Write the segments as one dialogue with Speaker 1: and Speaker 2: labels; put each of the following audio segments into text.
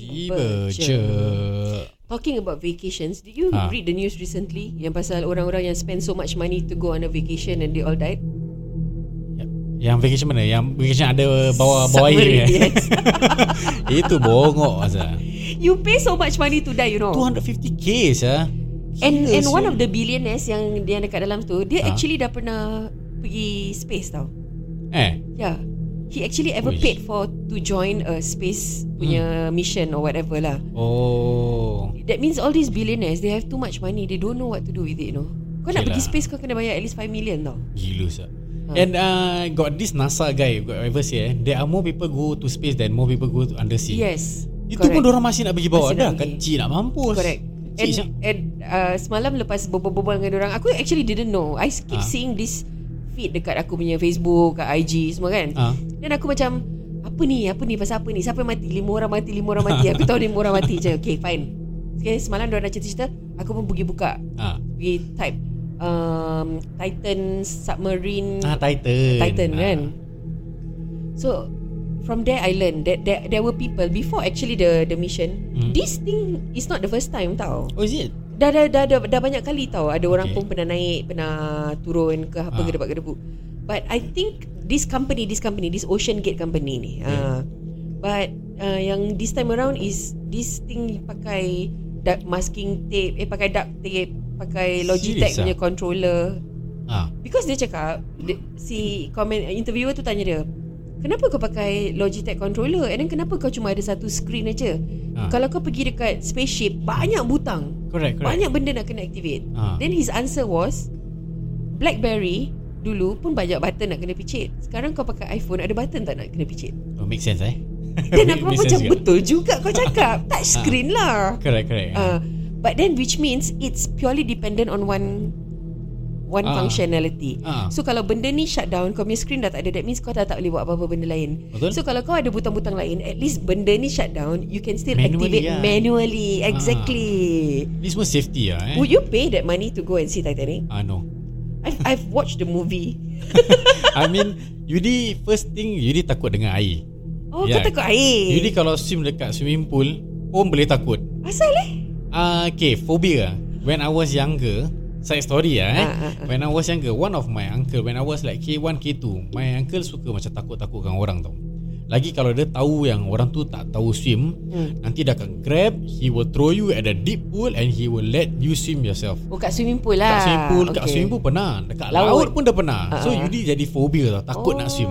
Speaker 1: Ibaca.
Speaker 2: Talking about vacations, did you
Speaker 1: Ah.
Speaker 2: read the news recently yang pasal orang-orang yang spend so much money to go on a vacation and they all died?
Speaker 1: Yang vacation mana? Yang vacation ada bawah bawah air
Speaker 2: Submarine,
Speaker 1: ni, eh?
Speaker 2: yes.
Speaker 1: Itu bongok asal.
Speaker 2: You pay so much money to die, you know.
Speaker 1: 250k sah.
Speaker 2: And
Speaker 1: Gila
Speaker 2: and one
Speaker 1: sia.
Speaker 2: of the billionaires yang dia dekat dalam tu, dia
Speaker 1: Ah.
Speaker 2: actually dah pernah pergi space tau.
Speaker 1: eh
Speaker 2: Yeah. He actually ever
Speaker 1: Uish. Hmm.
Speaker 2: paid for to join a space punya mission or whatever lah.
Speaker 1: oh
Speaker 2: That means all these billionaires they have too much money. They don't know what to do with it, you know. Kau nak
Speaker 1: Okay
Speaker 2: pergi
Speaker 1: lah.
Speaker 2: space kau kena bayar at least 5 million tau.
Speaker 1: gila sah. And uh, got this NASA guy got ever say eh, there are more people go to space than more people go to undersea.
Speaker 2: Yes.
Speaker 1: Itu pun orang masih nak pergi bawah
Speaker 2: Masih
Speaker 1: dah.
Speaker 2: nak pergi.
Speaker 1: Kecil nak mampus.
Speaker 2: Correct.
Speaker 1: Kecil
Speaker 2: And,
Speaker 1: sah.
Speaker 2: and uh, semalam lepas berbual-bual dengan orang, aku actually didn't know. I
Speaker 1: Ah.
Speaker 2: keep seeing this feed dekat aku punya Facebook, kat IG semua kan.
Speaker 1: Ah.
Speaker 2: Dan aku macam apa ni? Apa ni pasal apa ni? Siapa yang mati? Lima orang mati, lima orang mati. Aku tahu lima orang mati je. Okay, fine. Okay, semalam dia nak cerita-cerita, aku pun pergi buka.
Speaker 1: Ah.
Speaker 2: Pergi type um, Titan submarine
Speaker 1: Ah Titan.
Speaker 2: Hmm. Titan
Speaker 1: ah.
Speaker 2: kan. So from there I learned that there, there were people before actually the the mission.
Speaker 1: Hmm.
Speaker 2: This thing is not the first time tau.
Speaker 1: Oh is it?
Speaker 2: Dah dah dah, dah, dah banyak kali tau. Ada orang
Speaker 1: Okay.
Speaker 2: pun pernah naik, pernah turun ke apa
Speaker 1: Ah.
Speaker 2: gedebak-gedebuk. But I think this company, this company, this Ocean Gate company ni.
Speaker 1: Hmm.
Speaker 2: Uh, but uh, yang this time around is this thing pakai dark masking tape, eh pakai duct tape, pakai Logitech
Speaker 1: Serious ah?
Speaker 2: punya controller.
Speaker 1: Ah.
Speaker 2: Because dia cakap dia, Si comment interviewer tu tanya dia Kenapa kau pakai Logitech controller And then kenapa kau cuma ada satu screen aja
Speaker 1: Ah.
Speaker 2: Kalau kau pergi dekat spaceship Banyak butang
Speaker 1: Correct, correct.
Speaker 2: Banyak benda nak kena activate
Speaker 1: Ah.
Speaker 2: Then his answer was Blackberry Dulu pun banyak button nak kena picit Sekarang kau pakai iPhone Ada button tak nak kena picit
Speaker 1: Oh, make sense eh.
Speaker 2: Dan aku
Speaker 1: Make sense
Speaker 2: pun macam
Speaker 1: juga.
Speaker 2: betul juga kau cakap Touch screen lah
Speaker 1: Correct, correct.
Speaker 2: Uh, but then which means it's purely dependent on one one
Speaker 1: Ah.
Speaker 2: functionality.
Speaker 1: Ah.
Speaker 2: So kalau benda ni shut down, kau punya screen dah tak ada, that means kau dah tak boleh buat apa-apa benda lain.
Speaker 1: Betul.
Speaker 2: So kalau kau ada butang-butang lain, at least benda ni shut down, you can still
Speaker 1: Manually,
Speaker 2: activate
Speaker 1: ah.
Speaker 2: manually. Exactly.
Speaker 1: Ni semua safety lah eh.
Speaker 2: Would you pay that money to go and see Titanic?
Speaker 1: Ah no.
Speaker 2: I've, I've watched the movie.
Speaker 1: I mean, Yudi first thing Yudi takut dengan air.
Speaker 2: Oh,
Speaker 1: Yeah.
Speaker 2: kau takut air.
Speaker 1: Yudi kalau swim dekat swimming pool, pun boleh takut.
Speaker 2: Asal eh?
Speaker 1: Ah okay, phobia. When I was younger, side story lah eh.
Speaker 2: Ah, ah, ah.
Speaker 1: When I was younger, one of my uncle when I was like K1 K2, my uncle suka macam takut-takutkan orang tau. Lagi kalau dia tahu yang orang tu tak tahu swim,
Speaker 2: Hmm.
Speaker 1: nanti dia akan grab, he will throw you at the deep pool and he will let you swim yourself.
Speaker 2: Oh, kat swimming pool
Speaker 1: Kat
Speaker 2: lah.
Speaker 1: swimming pool Kat
Speaker 2: Okay.
Speaker 1: swimming pool pernah Dekat laut,
Speaker 2: Laut.
Speaker 1: laut pun dah pernah uh-huh. So
Speaker 2: Ah.
Speaker 1: Yudi jadi phobia tau Takut oh.
Speaker 2: Oh.
Speaker 1: nak swim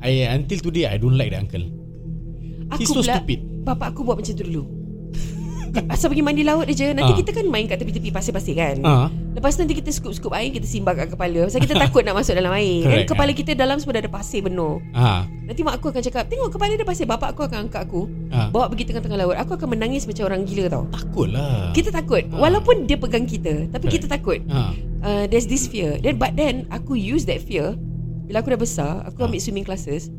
Speaker 1: I, Until today I don't like the uncle
Speaker 2: Aku
Speaker 1: He's so
Speaker 2: pula,
Speaker 1: stupid.
Speaker 2: Bapak aku buat macam tu dulu Asal pergi mandi laut je
Speaker 1: Ah.
Speaker 2: Nanti kita kan main kat tepi-tepi pasir-pasir kan
Speaker 1: Ah.
Speaker 2: Lepas tu nanti kita scoop-scoop air Kita simbah kat kepala Pasal kita takut nak masuk dalam air Dan
Speaker 1: Correct,
Speaker 2: kepala
Speaker 1: ah.
Speaker 2: kita dalam semua dah ada pasir penuh
Speaker 1: ha.
Speaker 2: Nanti mak aku akan cakap Tengok kepala dia pasir Bapak aku akan angkat aku
Speaker 1: Ah.
Speaker 2: Bawa pergi tengah-tengah laut Aku akan menangis macam orang gila tau
Speaker 1: Takut lah
Speaker 2: Kita takut
Speaker 1: Ah.
Speaker 2: Walaupun dia pegang kita Tapi
Speaker 1: Correct.
Speaker 2: kita takut
Speaker 1: ha.
Speaker 2: uh, There's this fear then, But then Aku use that fear Bila aku dah besar Aku
Speaker 1: Ah.
Speaker 2: ambil swimming classes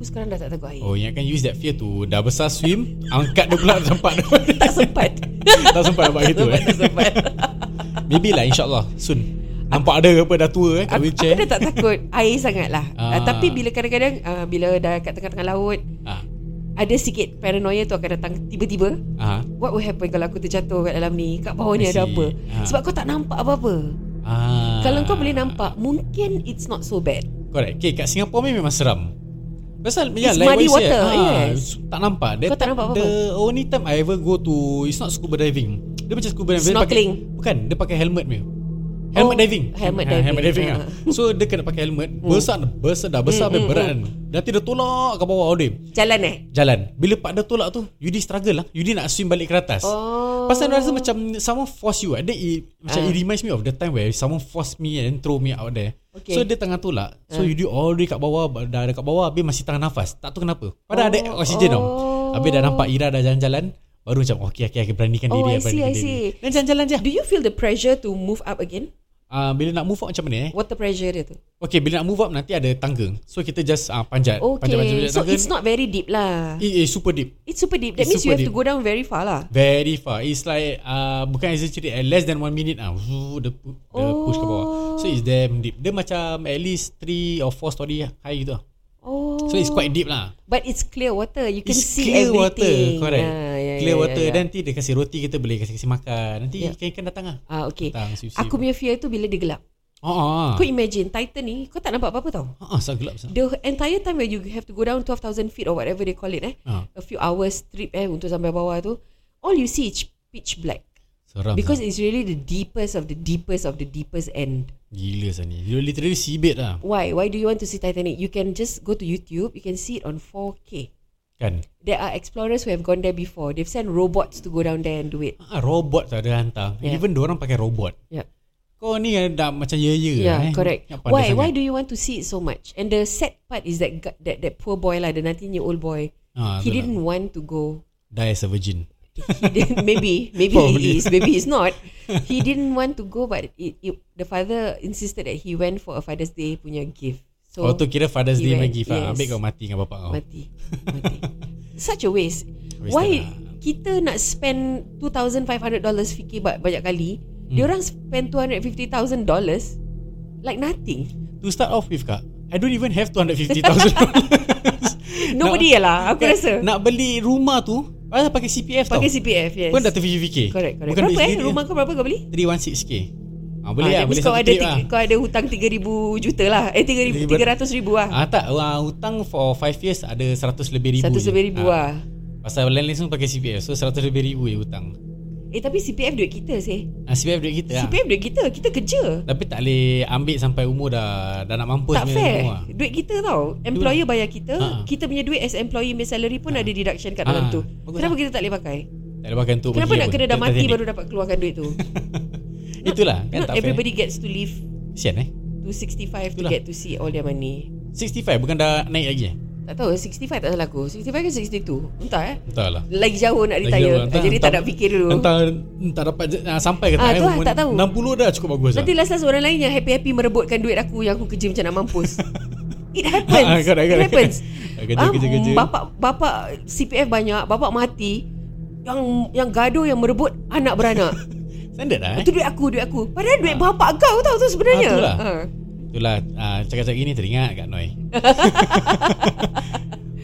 Speaker 2: Aku sekarang dah tak takut air
Speaker 1: Oh ingatkan use that fear tu Dah besar swim Angkat dia pula sempat
Speaker 2: Tak sempat
Speaker 1: Tak sempat nampak gitu eh.
Speaker 2: Tak sempat.
Speaker 1: Maybe lah insyaAllah Soon Nampak ada apa dah tua eh Kat
Speaker 2: Aku,
Speaker 1: wheelchair
Speaker 2: aku dah tak takut air sangat lah ah. uh,
Speaker 1: Ah.
Speaker 2: Tapi bila kadang-kadang uh, Bila dah kat tengah-tengah laut
Speaker 1: Ah.
Speaker 2: Ada sikit paranoia tu akan datang Tiba-tiba
Speaker 1: Ah.
Speaker 2: What will happen kalau aku terjatuh kat dalam ni Kat bawah ni
Speaker 1: I
Speaker 2: ada
Speaker 1: see.
Speaker 2: apa
Speaker 1: Ah.
Speaker 2: Sebab kau tak nampak apa-apa
Speaker 1: Ah.
Speaker 2: Kalau kau boleh nampak Mungkin it's not so bad
Speaker 1: Correct Okay kat Singapore ni memang seram Pasal ya,
Speaker 2: It's
Speaker 1: like what
Speaker 2: muddy
Speaker 1: you said,
Speaker 2: water,
Speaker 1: ah,
Speaker 2: yes.
Speaker 1: Tak nampak the,
Speaker 2: Kau tak nampak
Speaker 1: The only time I ever go to It's not scuba diving Dia macam scuba diving dia
Speaker 2: Snorkeling.
Speaker 1: pakai, Bukan Dia pakai helmet ni Helmet
Speaker 2: Oh,
Speaker 1: diving
Speaker 2: helmet
Speaker 1: Ah, Helmet
Speaker 2: diving,
Speaker 1: diving
Speaker 2: ah.
Speaker 1: ah. So dia kena pakai helmet Besar Besar dah besar hmm,
Speaker 2: Hmm, hmm,
Speaker 1: berat kan Nanti dia tolak ke bawah Odim
Speaker 2: Jalan eh
Speaker 1: Jalan Bila pak dia tolak tu Yudi struggle lah Yudi nak swim balik ke atas
Speaker 2: Oh.
Speaker 1: Pasal dia rasa macam Someone force you eh. Dia it, Macam
Speaker 2: Ah.
Speaker 1: it reminds me of the time Where someone force me And throw me out there
Speaker 2: Okay.
Speaker 1: So
Speaker 2: Ah.
Speaker 1: dia tengah tolak So Yudi all the way kat bawah Dah dekat bawah Habis masih tangan nafas Tak tahu kenapa Padahal ada
Speaker 2: Oh,
Speaker 1: oksigen tau
Speaker 2: oh.
Speaker 1: Habis dah nampak Ira dah jalan-jalan Baru macam Okay, okay, okay Beranikan
Speaker 2: Oh,
Speaker 1: diri eh,
Speaker 2: I
Speaker 1: beranikan
Speaker 2: see, I
Speaker 1: diri.
Speaker 2: see.
Speaker 1: Dan jalan-jalan je
Speaker 2: Do you feel the pressure to move up again?
Speaker 1: uh, Bila nak move up macam mana eh
Speaker 2: Water pressure dia tu
Speaker 1: Okay bila nak move up Nanti ada tangga So kita just uh, panjat
Speaker 2: Okay
Speaker 1: Panjat-panjat
Speaker 2: So
Speaker 1: tangga
Speaker 2: it's not very deep lah
Speaker 1: kan? It is super deep
Speaker 2: It's super deep That
Speaker 1: It's
Speaker 2: means you
Speaker 1: super
Speaker 2: have to
Speaker 1: deep.
Speaker 2: go down very far lah
Speaker 1: Very far It's like uh, Bukan exaggerate uh, Less than one minute ah, uh, the, pu- the oh. push ke bawah So it's damn deep Dia macam at least three or four story high gitu lah
Speaker 2: Oh
Speaker 1: So it's quite deep lah
Speaker 2: But it's clear water. You can
Speaker 1: It's
Speaker 2: see
Speaker 1: clear water
Speaker 2: everything.
Speaker 1: Correct
Speaker 2: Ah, yeah,
Speaker 1: clear
Speaker 2: ya,
Speaker 1: water
Speaker 2: ya, ya.
Speaker 1: Then nanti dia kasih roti Kita boleh kasih-kasih makan Nanti
Speaker 2: Ya.
Speaker 1: ikan-ikan datang lah
Speaker 2: Ah okay.
Speaker 1: Datang siu-siu
Speaker 2: Aku punya fear tu bila dia gelap.
Speaker 1: oh, oh.
Speaker 2: Kau imagine Titan ni kau tak nampak apa-apa tau.
Speaker 1: Ah, ah, sangat gelap sangat.
Speaker 2: The entire time where you have to go down 12,000 feet or whatever they call it eh.
Speaker 1: Ah,
Speaker 2: A few hours trip eh untuk sampai bawah tu. All you see is pitch black.
Speaker 1: seram.
Speaker 2: Because
Speaker 1: sangat.
Speaker 2: it's really the deepest of the deepest of the deepest end.
Speaker 1: gila sah ni. You literally seabed lah.
Speaker 2: Why? Why do you want to see Titanic? You can just go to YouTube. You can see it on 4K.
Speaker 1: Kan?
Speaker 2: There are explorers who have gone there before. They've sent robots to go down there and do it.
Speaker 1: Ah, robot tak ada hantar.
Speaker 2: Yeah.
Speaker 1: Even orang pakai robot.
Speaker 2: Yep.
Speaker 1: Kau ni dah macam ya-ya lah,
Speaker 2: Yeah,
Speaker 1: eh.
Speaker 2: Ya, correct.
Speaker 1: Nak pandai
Speaker 2: Why?
Speaker 1: sangat.
Speaker 2: Why do you want to see it so much? And the sad part is that gu- that that poor boy lah, the 19 year old boy.
Speaker 1: Ah, betul
Speaker 2: he didn't want to go.
Speaker 1: lah. die as a virgin.
Speaker 2: He didn't. Maybe, maybe
Speaker 1: Probably.
Speaker 2: he is. Maybe he's not. he didn't want to go, but it, it, the father insisted that he went for a Father's Day punya gift. So
Speaker 1: Oh, tu kira Father's
Speaker 2: he
Speaker 1: Day
Speaker 2: went,
Speaker 1: bagi yes.
Speaker 2: yes.
Speaker 1: Ambil kau mati dengan bapak kau.
Speaker 2: mati, mati. Such a waste.
Speaker 1: Waste
Speaker 2: Why
Speaker 1: time
Speaker 2: kita nak spend $2,500 fikir ba- banyak kali?
Speaker 1: Hmm.
Speaker 2: Dia orang spend $250,000 like nothing.
Speaker 1: To start off with kak, I don't even have 250,000
Speaker 2: Nobody lah. Aku rasa.
Speaker 1: Nak beli rumah tu, saya pakai CPF
Speaker 2: Pakai
Speaker 1: tau.
Speaker 2: CPF yes.
Speaker 1: Kau dah terfikir-fikir.
Speaker 2: Correct correct.
Speaker 1: Bukan
Speaker 2: Berapa
Speaker 1: duit
Speaker 2: eh
Speaker 1: sendiri,
Speaker 2: rumah kau berapa kau beli?
Speaker 1: 316k. Ah, boleh lah,
Speaker 2: Ah, that
Speaker 1: boleh
Speaker 2: means kau
Speaker 1: satu
Speaker 2: ada
Speaker 1: trip
Speaker 2: tiga,
Speaker 1: lah.
Speaker 2: kau ada hutang 3000 juta lah. Eh 3000
Speaker 1: Ribu-
Speaker 2: 300 ribu lah.
Speaker 1: Ah tak, uh, hutang for 5 years ada 100 lebih ribu.
Speaker 2: 100
Speaker 1: je.
Speaker 2: lebih ribu
Speaker 1: Ah,
Speaker 2: lah.
Speaker 1: Pasal lain-lain semua pakai CPF. So 100 lebih ribu je hutang.
Speaker 2: Eh tapi CPF duit kita sih.
Speaker 1: Ah, CPF duit kita lah.
Speaker 2: CPF duit kita. Kita kerja.
Speaker 1: Tapi tak boleh ambil sampai umur dah dah nak mampus
Speaker 2: Tak
Speaker 1: punya
Speaker 2: fair.
Speaker 1: umur lah.
Speaker 2: Duit kita tau. Employer bayar kita.
Speaker 1: Ha.
Speaker 2: Kita punya duit as employee punya salary pun ada deduction kat
Speaker 1: Ha.
Speaker 2: dalam tu.
Speaker 1: Bagus
Speaker 2: Kenapa
Speaker 1: lah.
Speaker 2: kita tak boleh pakai?
Speaker 1: Tak ada pakai untuk pergi
Speaker 2: Kenapa nak
Speaker 1: apa,
Speaker 2: kena dah
Speaker 1: Titanic.
Speaker 2: mati baru dapat keluarkan duit tu?
Speaker 1: Itulah kan
Speaker 2: Not
Speaker 1: tak
Speaker 2: everybody gets to live
Speaker 1: fair. Sian eh.
Speaker 2: to 65 to
Speaker 1: Itulah.
Speaker 2: get to see all their money.
Speaker 1: 65 bukan dah naik lagi eh?
Speaker 2: Tak tahu 65 tak salah aku 65 ke 62 Entah eh
Speaker 1: Entahlah.
Speaker 2: Lagi jauh nak
Speaker 1: Lagi
Speaker 2: retire
Speaker 1: jauh, lah. entah-
Speaker 2: Jadi tak
Speaker 1: entah-
Speaker 2: nak fikir dulu
Speaker 1: Entah entah dapat uh, sampai ke eh,
Speaker 2: Ah, tu lah,
Speaker 1: umur
Speaker 2: tak tahu.
Speaker 1: 60 dah cukup bagus lah.
Speaker 2: Nanti last last orang lain yang happy-happy Merebutkan duit aku Yang aku kerja macam nak mampus It happens
Speaker 1: Ah, correct,
Speaker 2: It
Speaker 1: correct.
Speaker 2: happens
Speaker 1: Kerja,
Speaker 2: Ah,
Speaker 1: kerja, kerja.
Speaker 2: Bapak bapak CPF banyak Bapak mati Yang yang gaduh Yang merebut Anak beranak
Speaker 1: Standard lah eh.
Speaker 2: Itu duit aku Duit aku Padahal duit bapak kau tau tu sebenarnya
Speaker 1: Ah, itulah.
Speaker 2: Ha.
Speaker 1: Itulah uh, cakap-cakap gini teringat Kak Noi.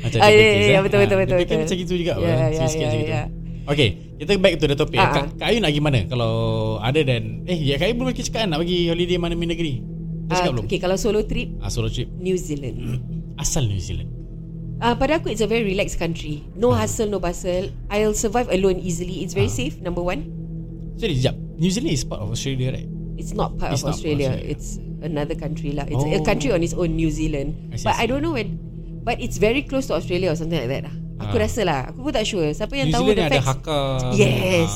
Speaker 1: macam
Speaker 2: Ah,
Speaker 1: dia
Speaker 2: ya,
Speaker 1: fikir,
Speaker 2: ya,
Speaker 1: eh.
Speaker 2: ya, betul,
Speaker 1: Ah,
Speaker 2: betul, betul,
Speaker 1: Dia fikir
Speaker 2: betul.
Speaker 1: macam gitu juga.
Speaker 2: Ya,
Speaker 1: apa,
Speaker 2: ya,
Speaker 1: sikit-sikit
Speaker 2: ya,
Speaker 1: macam gitu.
Speaker 2: ya.
Speaker 1: Okay, kita back to the topic.
Speaker 2: Ah,
Speaker 1: Kak, Kak Ayu nak pergi mana? Kalau ada dan... Eh, ya, Kak Ayu belum lagi cakap kan nak pergi holiday mana mana negeri. Dia
Speaker 2: Ah,
Speaker 1: cakap belum?
Speaker 2: Okay kalau solo trip
Speaker 1: Ah, solo trip.
Speaker 2: New Zealand
Speaker 1: Asal New Zealand.
Speaker 2: Uh, pada aku it's a very relaxed country. No
Speaker 1: Ah.
Speaker 2: hustle, no bustle. I'll survive alone easily. It's very safe. Number one,
Speaker 1: Sorry, sekejap. New Zealand is part of Australia, right?
Speaker 2: it's not part
Speaker 1: It's not
Speaker 2: of Australia.
Speaker 1: Australia.
Speaker 2: It's another country lah. It's a
Speaker 1: Oh.
Speaker 2: country on its own, New Zealand.
Speaker 1: I see, I
Speaker 2: but
Speaker 1: see.
Speaker 2: I don't know when. But it's very close to Australia or something like that lah. Aku
Speaker 1: Ah.
Speaker 2: rasa lah. Aku pun tak sure. Siapa yang
Speaker 1: New
Speaker 2: tahu
Speaker 1: Zealand
Speaker 2: the
Speaker 1: ada
Speaker 2: facts?
Speaker 1: Hakka. Ah,
Speaker 2: Yes,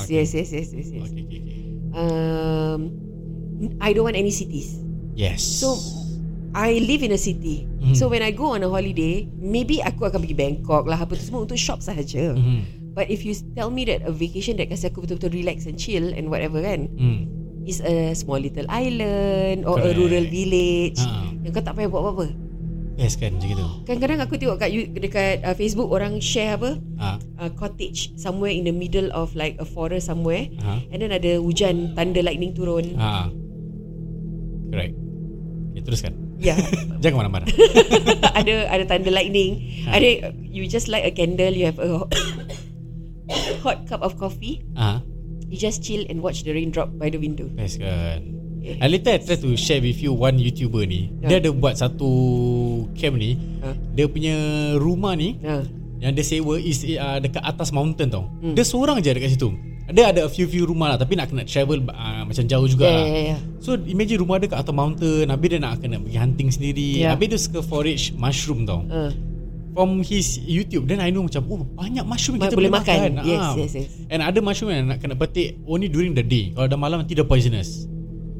Speaker 1: okay.
Speaker 2: yes, yes, yes, yes, yes.
Speaker 1: Okay, okay, okay.
Speaker 2: Um, I don't want any cities.
Speaker 1: Yes.
Speaker 2: So I live in a city.
Speaker 1: Mhm.
Speaker 2: So when I go on a holiday, maybe aku akan pergi Bangkok lah apa tu semua untuk shop sahaja.
Speaker 1: Mhm.
Speaker 2: But if you tell me that a vacation that kasi aku betul-betul relax and chill and whatever kan
Speaker 1: Hmm.
Speaker 2: is a small little island or
Speaker 1: Correct.
Speaker 2: a rural village
Speaker 1: Ha.
Speaker 2: yang kau tak payah buat apa-apa.
Speaker 1: Yes kan, macam gitu.
Speaker 2: Kadang-kadang aku tengok kat you- dekat uh, Facebook orang share apa
Speaker 1: Ah,
Speaker 2: uh, cottage somewhere in the middle of like a forest somewhere
Speaker 1: ah,
Speaker 2: and then ada hujan thunder lightning turun.
Speaker 1: ah. Correct. Okay, teruskan.
Speaker 2: Ya. Yeah.
Speaker 1: Jangan mana-mana.
Speaker 2: ada ada thunder lightning.
Speaker 1: Ha.
Speaker 2: Ada you just light a candle, you have a hot cup of coffee.
Speaker 1: ah,
Speaker 2: You just chill and watch the rain drop by the window.
Speaker 1: best kan.
Speaker 2: Yeah.
Speaker 1: And later I try to share with you one YouTuber ni.
Speaker 2: Yeah.
Speaker 1: Dia ada buat satu camp ni.
Speaker 2: Ha.
Speaker 1: Dia punya rumah ni
Speaker 2: Ha.
Speaker 1: yang dia sewa is uh, dekat atas mountain tau.
Speaker 2: Hmm.
Speaker 1: Dia seorang je dekat situ. Dia ada a few few rumah lah tapi nak kena travel uh, macam jauh juga
Speaker 2: Yeah,
Speaker 1: lah.
Speaker 2: yeah, yeah.
Speaker 1: So imagine rumah dia kat atas mountain Habis dia nak kena pergi hunting sendiri
Speaker 2: Yeah.
Speaker 1: Habis dia suka forage mushroom tau
Speaker 2: Uh,
Speaker 1: From his YouTube Then I know macam Oh banyak mushroom
Speaker 2: Ma-
Speaker 1: kita
Speaker 2: boleh
Speaker 1: boleh
Speaker 2: makan.
Speaker 1: makan,
Speaker 2: Yes,
Speaker 1: Ah.
Speaker 2: yes, yes.
Speaker 1: And ada mushroom yang nak kena petik Only during the day Kalau dah malam nanti dia poisonous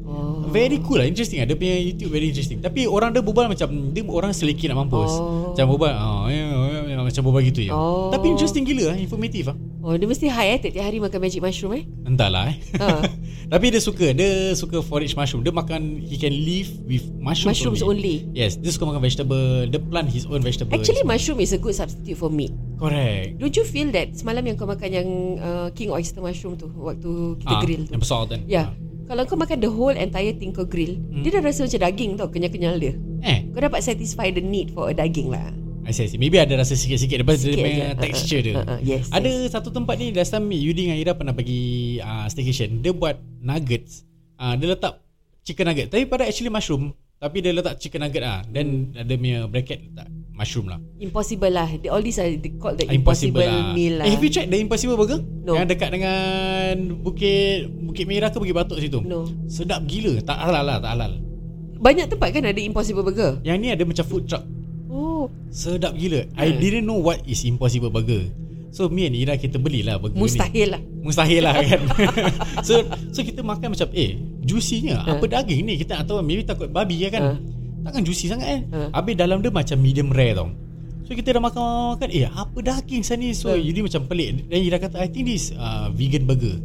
Speaker 2: oh.
Speaker 1: Very cool lah Interesting lah Dia punya YouTube very interesting Tapi orang dia berbual macam Dia orang seliki nak mampus
Speaker 2: Oh.
Speaker 1: Macam berbual oh, ya, ya, ya, Macam berbual gitu je
Speaker 2: Oh.
Speaker 1: Tapi interesting gila lah Informative lah
Speaker 2: Oh, dia mesti high eh tiap-tiap hari makan magic mushroom eh.
Speaker 1: Entahlah eh
Speaker 2: Ha.
Speaker 1: Tapi dia suka Dia suka forage mushroom Dia makan He can live with mushrooms,
Speaker 2: Mushrooms only.
Speaker 1: Yes Dia suka makan vegetable Dia plant his own vegetable
Speaker 2: Actually mushroom is a good substitute for meat.
Speaker 1: Correct
Speaker 2: Don't you feel that semalam yang kau makan yang uh, king oyster mushroom tu waktu kita
Speaker 1: Ah,
Speaker 2: grill tu.
Speaker 1: Yang besar kan
Speaker 2: Ya. Kalau kau makan the whole entire thing
Speaker 1: Hmm.
Speaker 2: kau grill, dia dah rasa macam daging tau kenyal-kenyal dia.
Speaker 1: Eh
Speaker 2: Kau dapat satisfy the need for a daging lah.
Speaker 1: I see, I see. Maybe ada rasa sikit-sikit Lepas dia
Speaker 2: Sikit
Speaker 1: punya
Speaker 2: je.
Speaker 1: texture
Speaker 2: Ah,
Speaker 1: dia
Speaker 2: ah, ah, ah. Yes,
Speaker 1: Ada satu tempat ni Last time Yudi dengan Ira Pernah pergi uh, Staycation Dia buat nuggets uh, Dia letak Chicken nugget Tapi pada actually mushroom Tapi dia letak chicken nugget ah. Then
Speaker 2: Hmm.
Speaker 1: ada punya bracket Letak mushroom lah
Speaker 2: Impossible lah. The, all these are the, called the
Speaker 1: Impossible,
Speaker 2: impossible,
Speaker 1: lah.
Speaker 2: meal lah.
Speaker 1: Eh, have you tried the Impossible Burger?
Speaker 2: No.
Speaker 1: Yang dekat dengan Bukit Bukit Merah ke Bukit Batok situ?
Speaker 2: No.
Speaker 1: Sedap gila. Tak halal lah, tak halal.
Speaker 2: Banyak tempat kan ada impossible burger.
Speaker 1: Yang ni ada macam food truck.
Speaker 2: Oh,
Speaker 1: Sedap gila. I didn't know what is Impossible Burger. So me and Ira kita belilah burger ni.
Speaker 2: mustahil lah.
Speaker 1: Mustahil lah kan So so kita makan macam Eh juicinya Apa daging ni Kita tak tahu Maybe takut babi ya kan
Speaker 2: Ha.
Speaker 1: Takkan juicy sangat kan
Speaker 2: Ha.
Speaker 1: Habis dalam dia macam medium rare tau So kita dah makan makan Eh apa daging saya ni So
Speaker 2: Ha.
Speaker 1: Yudi macam pelik Then Yudi kata I think this uh, vegan burger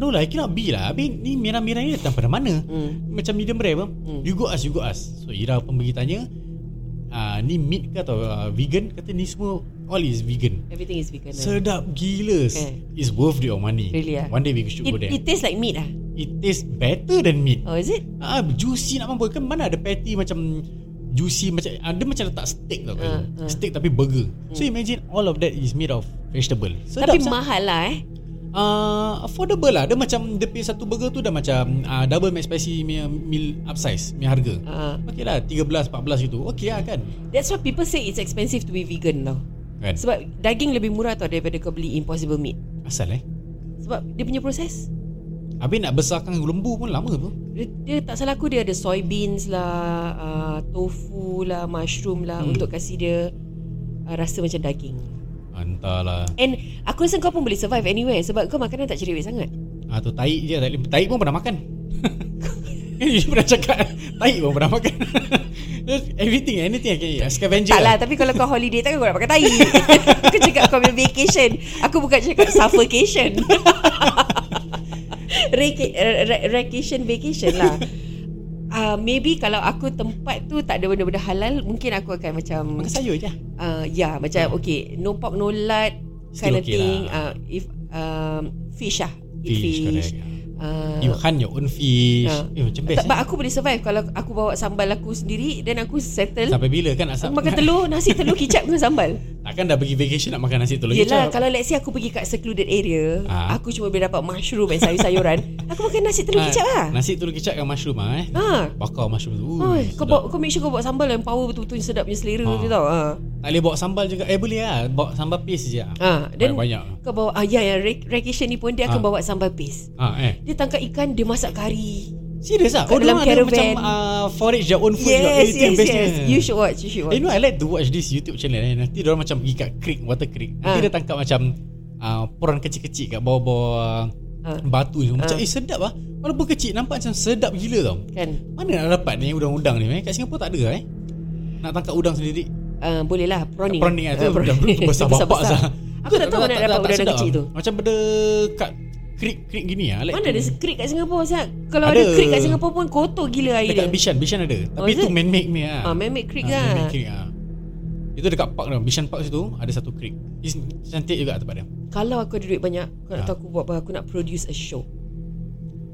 Speaker 1: No lah I cannot be lah Habis ni merah-merah ni datang pada mana
Speaker 2: Hmm.
Speaker 1: Macam medium rare bang
Speaker 2: Hmm.
Speaker 1: You go ask You go ask So Ira pun pergi tanya uh, Ni meat ke atau uh, vegan Kata ni semua All is vegan
Speaker 2: Everything is vegan. lah.
Speaker 1: Sedap gila
Speaker 2: Eh.
Speaker 1: It's worth your money
Speaker 2: Really, ah?
Speaker 1: One day we should
Speaker 2: it,
Speaker 1: go there
Speaker 2: it
Speaker 1: it,
Speaker 2: tastes like meat ah.
Speaker 1: it tastes better than meat
Speaker 2: Oh, is it?
Speaker 1: Ah, Juicy nak mampu Kan mana ada patty macam Juicy macam ah, Dia macam letak steak tau uh,
Speaker 2: Ah, ah. Hmm.
Speaker 1: Steak tapi burger So imagine all of that is made of vegetable Sedap
Speaker 2: Tapi
Speaker 1: sah.
Speaker 2: mahal lah eh.
Speaker 1: Ah, Affordable lah Dia macam Dia punya satu burger tu dah macam ah, Double McSpicy punya meal upsize Punya harga
Speaker 2: Ah.
Speaker 1: Okay lah 13, 14 gitu Okay lah kan
Speaker 2: That's why people say it's expensive to be vegan tau.
Speaker 1: Kan
Speaker 2: Sebab daging lebih murah tau daripada kau beli impossible meat.
Speaker 1: Asal eh
Speaker 2: Sebab dia punya proses.
Speaker 1: Habis nak besarkan lembu pun lama tu
Speaker 2: Dia, dia tak salah aku dia ada soybeans lah, uh, tofu lah, mushroom lah hmm. untuk kasi dia uh, rasa macam daging.
Speaker 1: Entahlah
Speaker 2: And aku rasa kau pun boleh survive anywhere sebab kau makanan tak cerewet sangat.
Speaker 1: Ah tu tahi je tak boleh. Tahi pun pernah makan. Kan you pernah cakap tahi pun pernah makan. Just Everything anything I can eat. Ah, Scavenger.
Speaker 2: Tak lah tapi kalau kau holiday takkan kau nak pakai tahi. aku cakap kau punya vacation. Aku bukan cakap suffocation. Reca- eh, re- Recation vacation lah. Uh, maybe kalau aku tempat tu tak ada benda-benda halal mungkin aku akan macam
Speaker 1: Makan sayur je.
Speaker 2: uh, yeah macam okay no pork no lard
Speaker 1: Still
Speaker 2: kind of
Speaker 1: okay
Speaker 2: thing
Speaker 1: lah.
Speaker 2: uh, if um, fish lah eat
Speaker 1: Fish, correct.
Speaker 2: Uh,
Speaker 1: You hunt your own fish.
Speaker 2: Ah.
Speaker 1: Eh, macam best.
Speaker 2: tak,
Speaker 1: eh.
Speaker 2: but aku boleh survive kalau aku bawa sambal aku sendiri then aku settle
Speaker 1: Sampai bila kan asap?
Speaker 2: aku makan telur nasi telur kicap dengan sambal
Speaker 1: Takkan dah pergi vacation nak makan nasi telur kicap.
Speaker 2: Yelah kalau let's say aku pergi kat secluded area
Speaker 1: Ah.
Speaker 2: Aku cuma boleh dapat mushroom and sayur-sayuran Aku makan nasi telur
Speaker 1: Ah,
Speaker 2: kicap lah
Speaker 1: Nasi telur kicap dengan mushroom ah eh.
Speaker 2: ah.
Speaker 1: Bakar mushroom tu. Ui,
Speaker 2: Oh, kau,
Speaker 1: sedap.
Speaker 2: bawa, kau make sure kau bawa sambal yang power betul-betul yang sedap punya selera
Speaker 1: Ah.
Speaker 2: tu tau ah.
Speaker 1: Tak boleh bawa sambal juga. Eh boleh lah. Bawa sambal paste je.
Speaker 2: Ah, then
Speaker 1: Banyak-banyak.
Speaker 2: Kau bawa ah, ya, ya, rec- Recreation ni pun dia akan
Speaker 1: Ah.
Speaker 2: bawa sambal paste
Speaker 1: Ah eh.
Speaker 2: Dia tangkap ikan Dia masak kari
Speaker 1: Serius ah.
Speaker 2: Kat dalam
Speaker 1: dorang ada
Speaker 2: caravan.
Speaker 1: macam uh, forage their own food juga. Eh,
Speaker 2: Yes
Speaker 1: itu yang
Speaker 2: yes
Speaker 1: bestnya.
Speaker 2: yes You should watch You should
Speaker 1: Eh,
Speaker 2: watch
Speaker 1: you know I like to watch this YouTube channel eh. Nanti orang macam pergi kat creek, water creek. Nanti
Speaker 2: Ah.
Speaker 1: dia tangkap macam uh, peron kecil-kecil kat bawah-bawah
Speaker 2: Ah.
Speaker 1: batu ni. Macam eh sedap ah. Walaupun kecil nampak macam sedap gila tau.
Speaker 2: Kan
Speaker 1: Mana nak dapat ni udang-udang ni eh? Kat Singapura tak ada eh. Nak tangkap udang sendiri.
Speaker 2: uh, Boleh lah Prawning
Speaker 1: Prawning lah tu
Speaker 2: Ah,
Speaker 1: dah
Speaker 2: prawning.
Speaker 1: besar bapak
Speaker 2: Besar-besar.
Speaker 1: sah.
Speaker 2: Aku tak tahu mana nak dapat udang
Speaker 1: sedap
Speaker 2: kecil
Speaker 1: ah.
Speaker 2: tu
Speaker 1: Macam benda kat creek-creek gini ah. Like
Speaker 2: Mana
Speaker 1: to-
Speaker 2: ada krik kat Singapura Zak Kalau ada
Speaker 1: Ada.
Speaker 2: krik kat Singapura pun Kotor gila air dia
Speaker 1: Dekat Bishan, Bishan ada. Tapi
Speaker 2: Oh, is
Speaker 1: tu
Speaker 2: it?
Speaker 1: man-made ni ah.
Speaker 2: Ah, man-made creek
Speaker 1: Ah,
Speaker 2: lah.
Speaker 1: Man-made creek ah. Itu dekat park dia. Bishan Park situ ada satu creek. Is cantik juga tempat dia.
Speaker 2: Kalau aku ada duit banyak Kau
Speaker 1: Ah.
Speaker 2: nak tahu aku buat apa Aku nak produce a show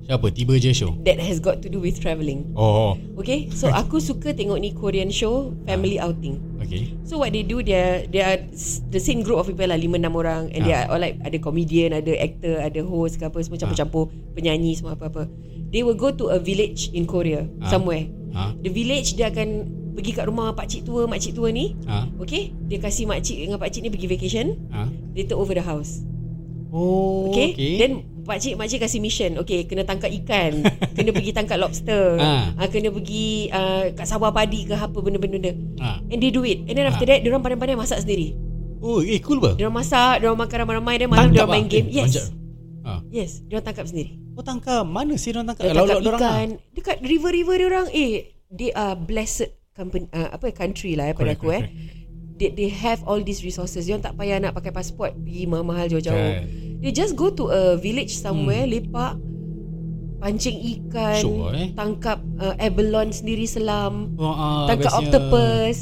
Speaker 1: Siapa? Tiba je show.
Speaker 2: That has got to do with travelling
Speaker 1: Oh,
Speaker 2: Okay So aku suka tengok ni Korean show Family
Speaker 1: Ah.
Speaker 2: outing
Speaker 1: okay.
Speaker 2: So what they do they are, they are s- the same group of people lah lima enam orang and they
Speaker 1: Ah.
Speaker 2: are all like ada comedian, ada actor, ada host ke apa semua campur-campur, penyanyi semua apa-apa. They will go to a village in Korea
Speaker 1: Ah.
Speaker 2: somewhere.
Speaker 1: Ha?
Speaker 2: The village dia akan pergi kat rumah pak cik tua, mak cik tua ni.
Speaker 1: Ha?
Speaker 2: Okay Dia kasih mak cik dengan pak cik ni pergi vacation.
Speaker 1: Ha?
Speaker 2: They take over the house.
Speaker 1: Oh,
Speaker 2: Okay? Then pak cik mak cik kasih mission. Okay, kena tangkap ikan, kena pergi tangkap lobster,
Speaker 1: Ah.
Speaker 2: ah, kena pergi ah, kat sawah padi ke apa benda-benda.
Speaker 1: ha.
Speaker 2: And they do it. And then after that, dia orang pandai-pandai masak sendiri.
Speaker 1: Oh, eh cool bah.
Speaker 2: Diorang masak, diorang makan ramai-ramai Then malam diorang
Speaker 1: ah?
Speaker 2: main game Yes
Speaker 1: Eh, Ha.
Speaker 2: Yes, diorang tangkap sendiri
Speaker 1: Oh tangkap Mana sih orang tangkap
Speaker 2: Diorang tangkap
Speaker 1: Laut-laut dorang lah.
Speaker 2: ikan Dekat river-river diorang Eh, they are blessed company, uh, apa country lah eh, pada
Speaker 1: Correct,
Speaker 2: aku eh
Speaker 1: correct,
Speaker 2: they, they have all these resources Diorang tak payah nak pakai pasport Pergi mahal-mahal jauh-jauh
Speaker 1: Correct.
Speaker 2: They just go to a village somewhere Lepak Pancing ikan
Speaker 1: Sure, Hmm. eh.
Speaker 2: Tangkap uh, abalone sendiri selam
Speaker 1: Wah, ah,
Speaker 2: Tangkap
Speaker 1: bestnya.
Speaker 2: octopus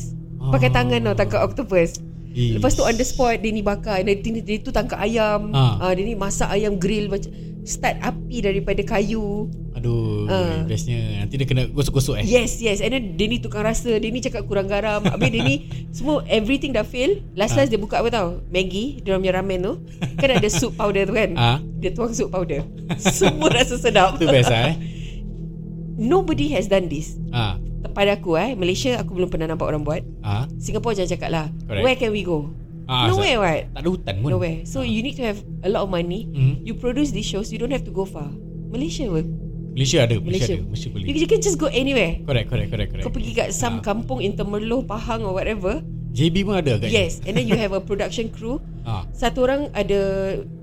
Speaker 2: Pakai
Speaker 1: Ah.
Speaker 2: tangan tau tangkap octopus
Speaker 1: Ish.
Speaker 2: Lepas tu on the spot Dia ni bakar Dia, dia, dia tu tangkap ayam Ah,
Speaker 1: Ha.
Speaker 2: ha. uh, Dia ni masak ayam grill macam Start api daripada kayu
Speaker 1: Ada Aduh uh.
Speaker 2: Ah.
Speaker 1: Bestnya Nanti dia kena gosok-gosok eh
Speaker 2: Yes, yes. And then dia ni tukang rasa. Dia ni cakap kurang garam. Habis dia ni semua everything dah fail.
Speaker 1: Ah.
Speaker 2: Last-last dia buka apa tau? Maggi, dia orang punya ramen tu. Kan ada soup powder tu kan?
Speaker 1: Ah.
Speaker 2: Dia tuang soup powder. Semua rasa sedap.
Speaker 1: Itu best lah eh
Speaker 2: Nobody has done this.
Speaker 1: ah.
Speaker 2: Pada aku eh, Malaysia aku belum pernah nampak orang buat.
Speaker 1: Ah.
Speaker 2: Singapore jangan cakap lah.
Speaker 1: Correct.
Speaker 2: Where can we go?
Speaker 1: Ah,
Speaker 2: Nowhere what?
Speaker 1: Tak ada hutan pun
Speaker 2: Nowhere. So you need to have a lot of money.
Speaker 1: Mhm.
Speaker 2: You produce these shows, you don't have to go far. Malaysia will.
Speaker 1: Malaysia ada Malaysia,
Speaker 2: Malaysia.
Speaker 1: ada Malaysia boleh
Speaker 2: You, you can just go anywhere.
Speaker 1: Correct correct correct correct Ah.
Speaker 2: Kau pergi kat some kampung in Temerloh, Pahang or whatever.
Speaker 1: JB pun ada agaknya
Speaker 2: Yes, and then you have a production crew.
Speaker 1: ah.
Speaker 2: Satu orang ada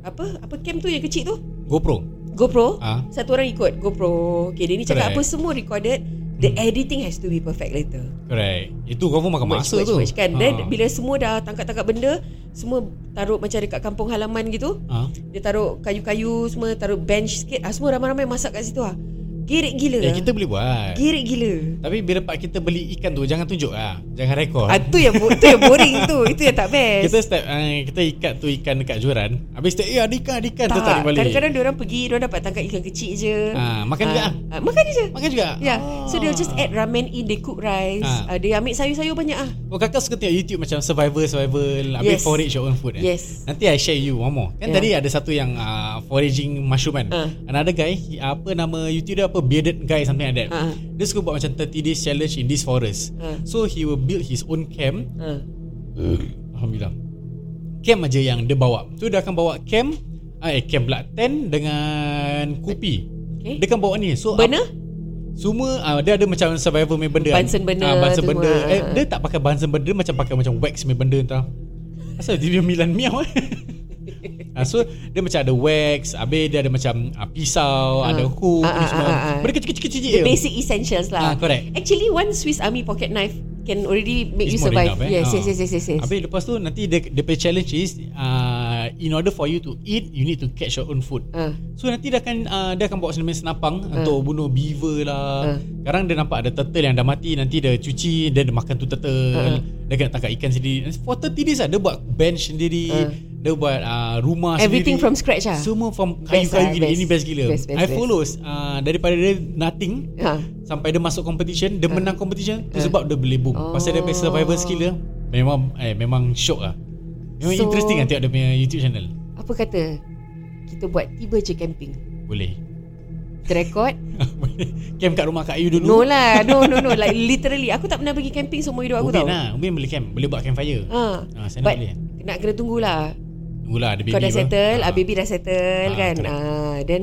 Speaker 2: apa apa cam tu yang kecil tu?
Speaker 1: GoPro
Speaker 2: GoPro.
Speaker 1: Ah.
Speaker 2: Satu orang ikut GoPro. Okay, dia ni cakap
Speaker 1: Correct.
Speaker 2: apa semua recorded. The editing has to be perfect later.
Speaker 1: Correct Itu kau pun makan masa tu
Speaker 2: kan.
Speaker 1: Ah.
Speaker 2: Then bila semua dah tangkap-tangkap benda, semua taruh macam dekat kampung halaman gitu.
Speaker 1: ah.
Speaker 2: Dia taruh kayu-kayu semua, taruh bench sikit. Ah, semua ramai-ramai masak kat situ ah. Girik gila.
Speaker 1: Eh
Speaker 2: lah.
Speaker 1: kita boleh buat
Speaker 2: Girik gila.
Speaker 1: Tapi bila part kita beli ikan tu Jangan tunjuk lah Jangan rekod
Speaker 2: Ah, tu yang bo- tu yang boring tu. Itu yang tak best.
Speaker 1: Kita step uh, Kita ikat tu ikan dekat joran Habis step Eh ada ikan ada ikan Tu tak
Speaker 2: tak,
Speaker 1: balik
Speaker 2: kadang-kadang diorang pergi Diorang dapat tangkap ikan kecil je
Speaker 1: Ah, makan juga ah.
Speaker 2: ah, Makan je
Speaker 1: Makan juga
Speaker 2: Yeah, Ya. so they'll just add ramen in, they cook rice.
Speaker 1: Ah.
Speaker 2: Uh, dia ambil sayur-sayur banyak ah.
Speaker 1: Oh kakak suka tengok YouTube macam survival survival habis
Speaker 2: Yes.
Speaker 1: forage your own food eh.
Speaker 2: Yes.
Speaker 1: Nanti I share you one more. Kan
Speaker 2: Yeah.
Speaker 1: tadi ada satu yang uh, foraging mushroom kan.
Speaker 2: Ah.
Speaker 1: Another guy he- apa nama YouTube dia apa bearded guy something like that.
Speaker 2: Ah.
Speaker 1: Dia suka buat macam 30 days challenge in this forest.
Speaker 2: Ah.
Speaker 1: So he will build his own camp.
Speaker 2: Uh.
Speaker 1: Alhamdulillah. Camp aja yang dia bawa. Tu dia akan bawa camp ah, eh camp pula tent dengan kopi.
Speaker 2: Okay.
Speaker 1: Dia akan bawa ni. So
Speaker 2: Burner?
Speaker 1: semua uh, dia ada macam survival punya benda.
Speaker 2: Bunsen burner
Speaker 1: Ah, bunsen
Speaker 2: tu
Speaker 1: benda.
Speaker 2: semua.
Speaker 1: Eh, dia tak pakai bunsen burner dia macam pakai macam wax punya benda entah. Asal dia punya Milan miau eh. Ah, so dia macam ada wax, habis dia ada macam ah, pisau, ada hook,
Speaker 2: Ah,
Speaker 1: ni
Speaker 2: ah,
Speaker 1: semua.
Speaker 2: ah, ah.
Speaker 1: Benda kecil-kecil je.
Speaker 2: The basic essentials lah.
Speaker 1: Ah, correct.
Speaker 2: Actually, one Swiss Army pocket knife can already make
Speaker 1: It's
Speaker 2: you
Speaker 1: more
Speaker 2: survive.
Speaker 1: enough, eh?
Speaker 2: yes,
Speaker 1: Ah.
Speaker 2: yes, yes, yes, yes, yes.
Speaker 1: Habis lepas tu nanti the, the challenge is uh, in order for you to eat, you need to catch your own food.
Speaker 2: Ah.
Speaker 1: So nanti dia akan uh, dia akan bawa senaman senapang uh.
Speaker 2: Hmm.
Speaker 1: untuk bunuh beaver lah. Uh.
Speaker 2: Ah.
Speaker 1: Sekarang dia nampak ada turtle yang dah mati, nanti dia cuci, dia, dia makan tu turtle. Uh.
Speaker 2: Ah.
Speaker 1: Dia kena tangkap ikan sendiri. For 30 days lah dia buat bench sendiri,
Speaker 2: Ah.
Speaker 1: dia buat uh, rumah
Speaker 2: Everything
Speaker 1: sendiri.
Speaker 2: from scratch ah?
Speaker 1: Semua from
Speaker 2: Best
Speaker 1: kayu-kayu
Speaker 2: lah,
Speaker 1: gila.
Speaker 2: best.
Speaker 1: Ini best gila.
Speaker 2: Best, best,
Speaker 1: I
Speaker 2: best.
Speaker 1: follow uh, daripada dia nothing
Speaker 2: Ha.
Speaker 1: sampai dia masuk competition, dia menang competition tu sebab dia boleh boom.
Speaker 2: Hmm. Oh.
Speaker 1: Pasal dia punya survival skill dia memang eh memang syok lah. Memang
Speaker 2: So-
Speaker 1: interesting lah tengok dia punya YouTube channel.
Speaker 2: Apa kata? Kita buat tiba je camping.
Speaker 1: Boleh.
Speaker 2: Terekod?
Speaker 1: Camp kat rumah Kak Ayu dulu.
Speaker 2: No lah. No, no, no. Like literally. Aku tak pernah pergi camping seumur hidup aku
Speaker 1: Ubin
Speaker 2: tau.
Speaker 1: lah Ubin boleh camp Boleh buat campfire
Speaker 2: Ha.
Speaker 1: Ah, sana
Speaker 2: But
Speaker 1: boleh.
Speaker 2: nak kena tunggulah.
Speaker 1: Tunggulah ada baby
Speaker 2: Kau dah
Speaker 1: apa.
Speaker 2: settle
Speaker 1: Ah,
Speaker 2: ah, Baby dah settle
Speaker 1: Ah,
Speaker 2: kan
Speaker 1: correct.
Speaker 2: ah, Then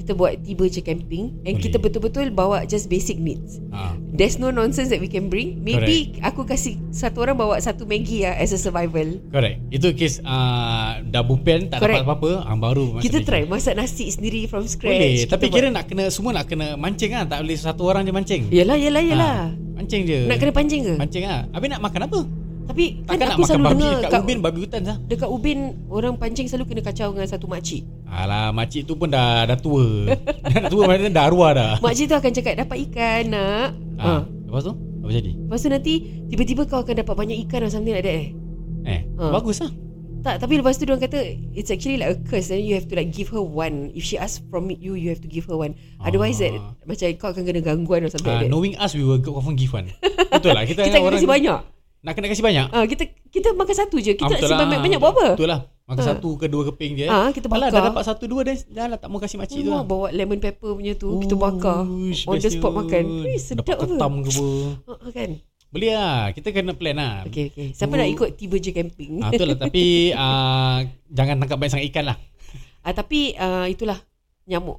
Speaker 2: Kita buat tiba je camping And
Speaker 1: Boleh.
Speaker 2: kita betul-betul Bawa just basic needs
Speaker 1: ah.
Speaker 2: There's no nonsense that we can bring Maybe Aku kasih Satu orang bawa Satu Maggi lah As a survival
Speaker 1: Correct Itu kes uh, Dah bupen Tak
Speaker 2: Correct.
Speaker 1: dapat apa-apa ah, Baru masak
Speaker 2: Kita
Speaker 1: baby.
Speaker 2: try Masak nasi sendiri From scratch
Speaker 1: Boleh
Speaker 2: Kita
Speaker 1: Tapi
Speaker 2: buat-
Speaker 1: kira nak kena Semua nak kena mancing lah Tak boleh satu orang je mancing
Speaker 2: Yelah yelah yelah
Speaker 1: Ah, Mancing je
Speaker 2: Ya, Nak kena pancing ke
Speaker 1: Mancing lah Habis nak makan apa
Speaker 2: Tapi kan
Speaker 1: Takkan nak
Speaker 2: aku
Speaker 1: makan
Speaker 2: selalu
Speaker 1: babi
Speaker 2: dengar
Speaker 1: Kat
Speaker 2: kat-
Speaker 1: Ubin babi hutan sah
Speaker 2: Dekat Ubin Orang pancing selalu kena kacau Dengan satu makcik
Speaker 1: Alah makcik tu pun dah Dah tua Dah tua maknanya dah arwah dah
Speaker 2: Makcik tu akan cakap Dapat ikan nak
Speaker 1: ah.
Speaker 2: ah.
Speaker 1: Lepas tu Apa jadi
Speaker 2: Lepas tu nanti Tiba-tiba kau akan dapat banyak ikan Or something like that eh
Speaker 1: Eh
Speaker 2: Ah.
Speaker 1: Bagus lah
Speaker 2: Tak, tapi lepas tu dia kata it's actually like a curse and you have to like give her one. If she ask from you, you have to give her one. Otherwise that
Speaker 1: Ah.
Speaker 2: macam kau akan kena gangguan or something.
Speaker 1: Ah,
Speaker 2: like that.
Speaker 1: Knowing us We will confirm give one Betul lah Kita,
Speaker 2: kita
Speaker 1: ingat
Speaker 2: akan kasi banyak.
Speaker 1: Nak kena kasi banyak
Speaker 2: Ah, kita kita makan satu je.
Speaker 1: Ah,
Speaker 2: Kita nak
Speaker 1: betul lah.
Speaker 2: simpan banyak, banyak buat apa?
Speaker 1: Betul lah Makan
Speaker 2: Ha.
Speaker 1: satu ke dua keping je eh.
Speaker 2: Ah, kita
Speaker 1: Alah dah
Speaker 2: bakar.
Speaker 1: dapat satu dua Dah, dah lah tak mau kasih makcik tu
Speaker 2: Wah,
Speaker 1: lah Oh.
Speaker 2: bawa lemon pepper punya tu kita bakar.
Speaker 1: Uish,
Speaker 2: On the
Speaker 1: bestnya.
Speaker 2: spot makan. Wih, sedap
Speaker 1: Dapat ketam
Speaker 2: apa?
Speaker 1: ke apa
Speaker 2: Ah, kan?
Speaker 1: Boleh lah Kita kena plan lah
Speaker 2: Okay, okay. Siapa nak ikut tiba je camping.
Speaker 1: ah, Betul lah Tapi ah, Jangan tangkap banyak sangat ikan lah
Speaker 2: Ah, tapi ah, itulah nyamuk.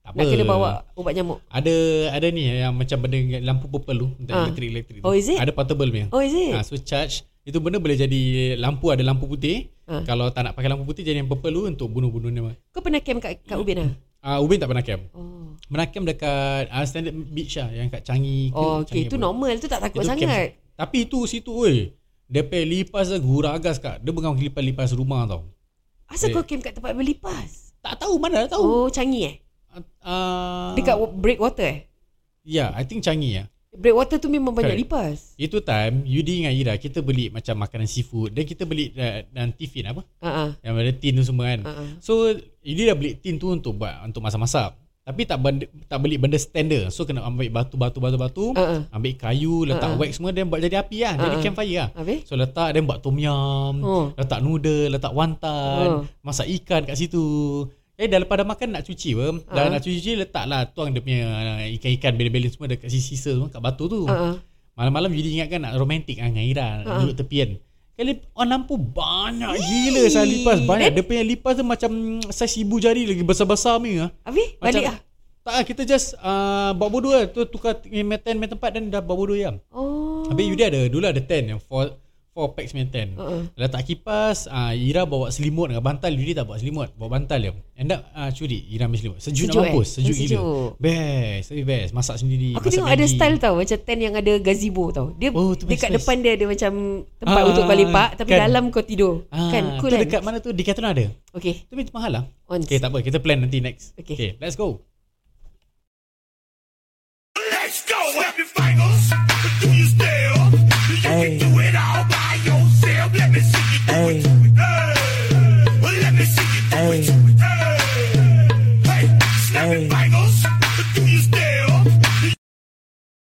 Speaker 1: tak
Speaker 2: Nak kena bawa ubat nyamuk.
Speaker 1: Ada Ada ni yang macam benda Lampu purple tu Untuk
Speaker 2: Ah.
Speaker 1: elektrik-elektrik tu.
Speaker 2: Oh, is it?
Speaker 1: Ada portable punya
Speaker 2: Oh, is it?
Speaker 1: Ah, so charge itu benda boleh jadi lampu ada lampu putih.
Speaker 2: Ah.
Speaker 1: Kalau tak nak pakai lampu putih jadi yang purple tu untuk bunuh-bunuh ni.
Speaker 2: Kau pernah camp kat, kat Ubin ah?
Speaker 1: Ah Ubin tak pernah camp.
Speaker 2: Oh.
Speaker 1: Menakam dekat uh, Standard Beach lah Yang kat Changi ke
Speaker 2: Oh,
Speaker 1: Changi
Speaker 2: okay. Itu
Speaker 1: apa.
Speaker 2: normal. Itu tak takut
Speaker 1: Itu camp.
Speaker 2: sangat.
Speaker 1: Tapi itu situ oi Dia pay lipas lah Gura agas kak Dia bukan lipas-lipas rumah tau
Speaker 2: Asal
Speaker 1: Eh.
Speaker 2: kau camp kat tempat berlipas?
Speaker 1: Tak tahu mana dah tahu
Speaker 2: Oh, Changi eh?
Speaker 1: uh,
Speaker 2: Dekat wa- breakwater eh?
Speaker 1: Ya yeah, I think Changi ya
Speaker 2: Breakwater tu memang banyak
Speaker 1: Correct.
Speaker 2: lipas.
Speaker 1: Itu time Yudi dengan Ira Kita beli macam makanan seafood Dan kita beli uh, Dan tiffin apa
Speaker 2: Ha ah.
Speaker 1: Yang ada tin tu semua kan
Speaker 2: Ha ah.
Speaker 1: So Yudi dah beli tin tu untuk buat Untuk masak-masak Tapi tak benda, tak beli benda standard. So kena ambil batu batu batu batu,
Speaker 2: Uh-uh.
Speaker 1: ambil kayu, letak wax semua then buat jadi api lah, jadi
Speaker 2: Uh-uh.
Speaker 1: campfire lah.
Speaker 2: Habis?
Speaker 1: So letak then buat tom yum,
Speaker 2: Oh.
Speaker 1: letak noodle, letak
Speaker 2: Oh.
Speaker 1: wantan, masak ikan kat situ. Eh dah lepas dah makan nak cuci apa? Dah
Speaker 2: Ah.
Speaker 1: nak cuci letaklah tuang dia punya ah, ikan-ikan belen-belen semua dekat sisa-sisa semua kat batu tu.
Speaker 2: Uh-uh.
Speaker 1: Malam-malam Yudi ingatkan nak romantik dengan Ira
Speaker 2: Ha.
Speaker 1: duduk tepi kan. Kali on lampu banyak gila
Speaker 2: Yee.
Speaker 1: saya lipas banyak. Dia
Speaker 2: Then-
Speaker 1: punya lipas tu macam saiz ibu jari lagi besar-besar ni ah.
Speaker 2: Habis?
Speaker 1: Macam-
Speaker 2: Balik lah.
Speaker 1: Tak ah kita just uh, buat bodoh lah tu tukar t- meten meten tempat dan dah buat bodoh yang.
Speaker 2: Oh.
Speaker 1: Habis Yudi ada dulu ada 10 yang 4 4 packs punya 10.
Speaker 2: Uh-uh.
Speaker 1: Letak kipas, uh, Ira bawa selimut dengan bantal, Yudi tak bawa selimut, bawa bantal dia. End up uh, curi Ira ambil selimut. Sejuk,
Speaker 2: Sejuk,
Speaker 1: nak mampus,
Speaker 2: eh?
Speaker 1: sejuk
Speaker 2: Eh,
Speaker 1: gila.
Speaker 2: sejuk.
Speaker 1: Best, tapi best. Masak sendiri,
Speaker 2: Aku
Speaker 1: masak
Speaker 2: tengok ada
Speaker 1: Maggi.
Speaker 2: style tau Macam tent yang ada gazebo tau Dia
Speaker 1: Oh,
Speaker 2: oh,
Speaker 1: tu
Speaker 2: dekat
Speaker 1: best,
Speaker 2: depan dia ada macam Tempat
Speaker 1: Ah,
Speaker 2: untuk kau lepak Tapi
Speaker 1: kan.
Speaker 2: dalam kau tidur
Speaker 1: Ah,
Speaker 2: Kan cool
Speaker 1: tu
Speaker 2: kan
Speaker 1: dekat mana tu? Decathlon ada.
Speaker 2: Okay
Speaker 1: Tapi mahal lah.
Speaker 2: on
Speaker 1: Okay, tak apa. Kita plan nanti next.
Speaker 2: Okay.
Speaker 1: okay let's go.
Speaker 3: Let's go. Clap your fingers. But do you still? You
Speaker 4: Hey.
Speaker 3: can do it all by yourself. Let me see you do
Speaker 4: Hey.
Speaker 3: it. Do it. Hey. Well, let me see you do
Speaker 4: Hey.
Speaker 3: it. Do it. Hey. Hey. Snap
Speaker 4: Hey.
Speaker 3: your fingers.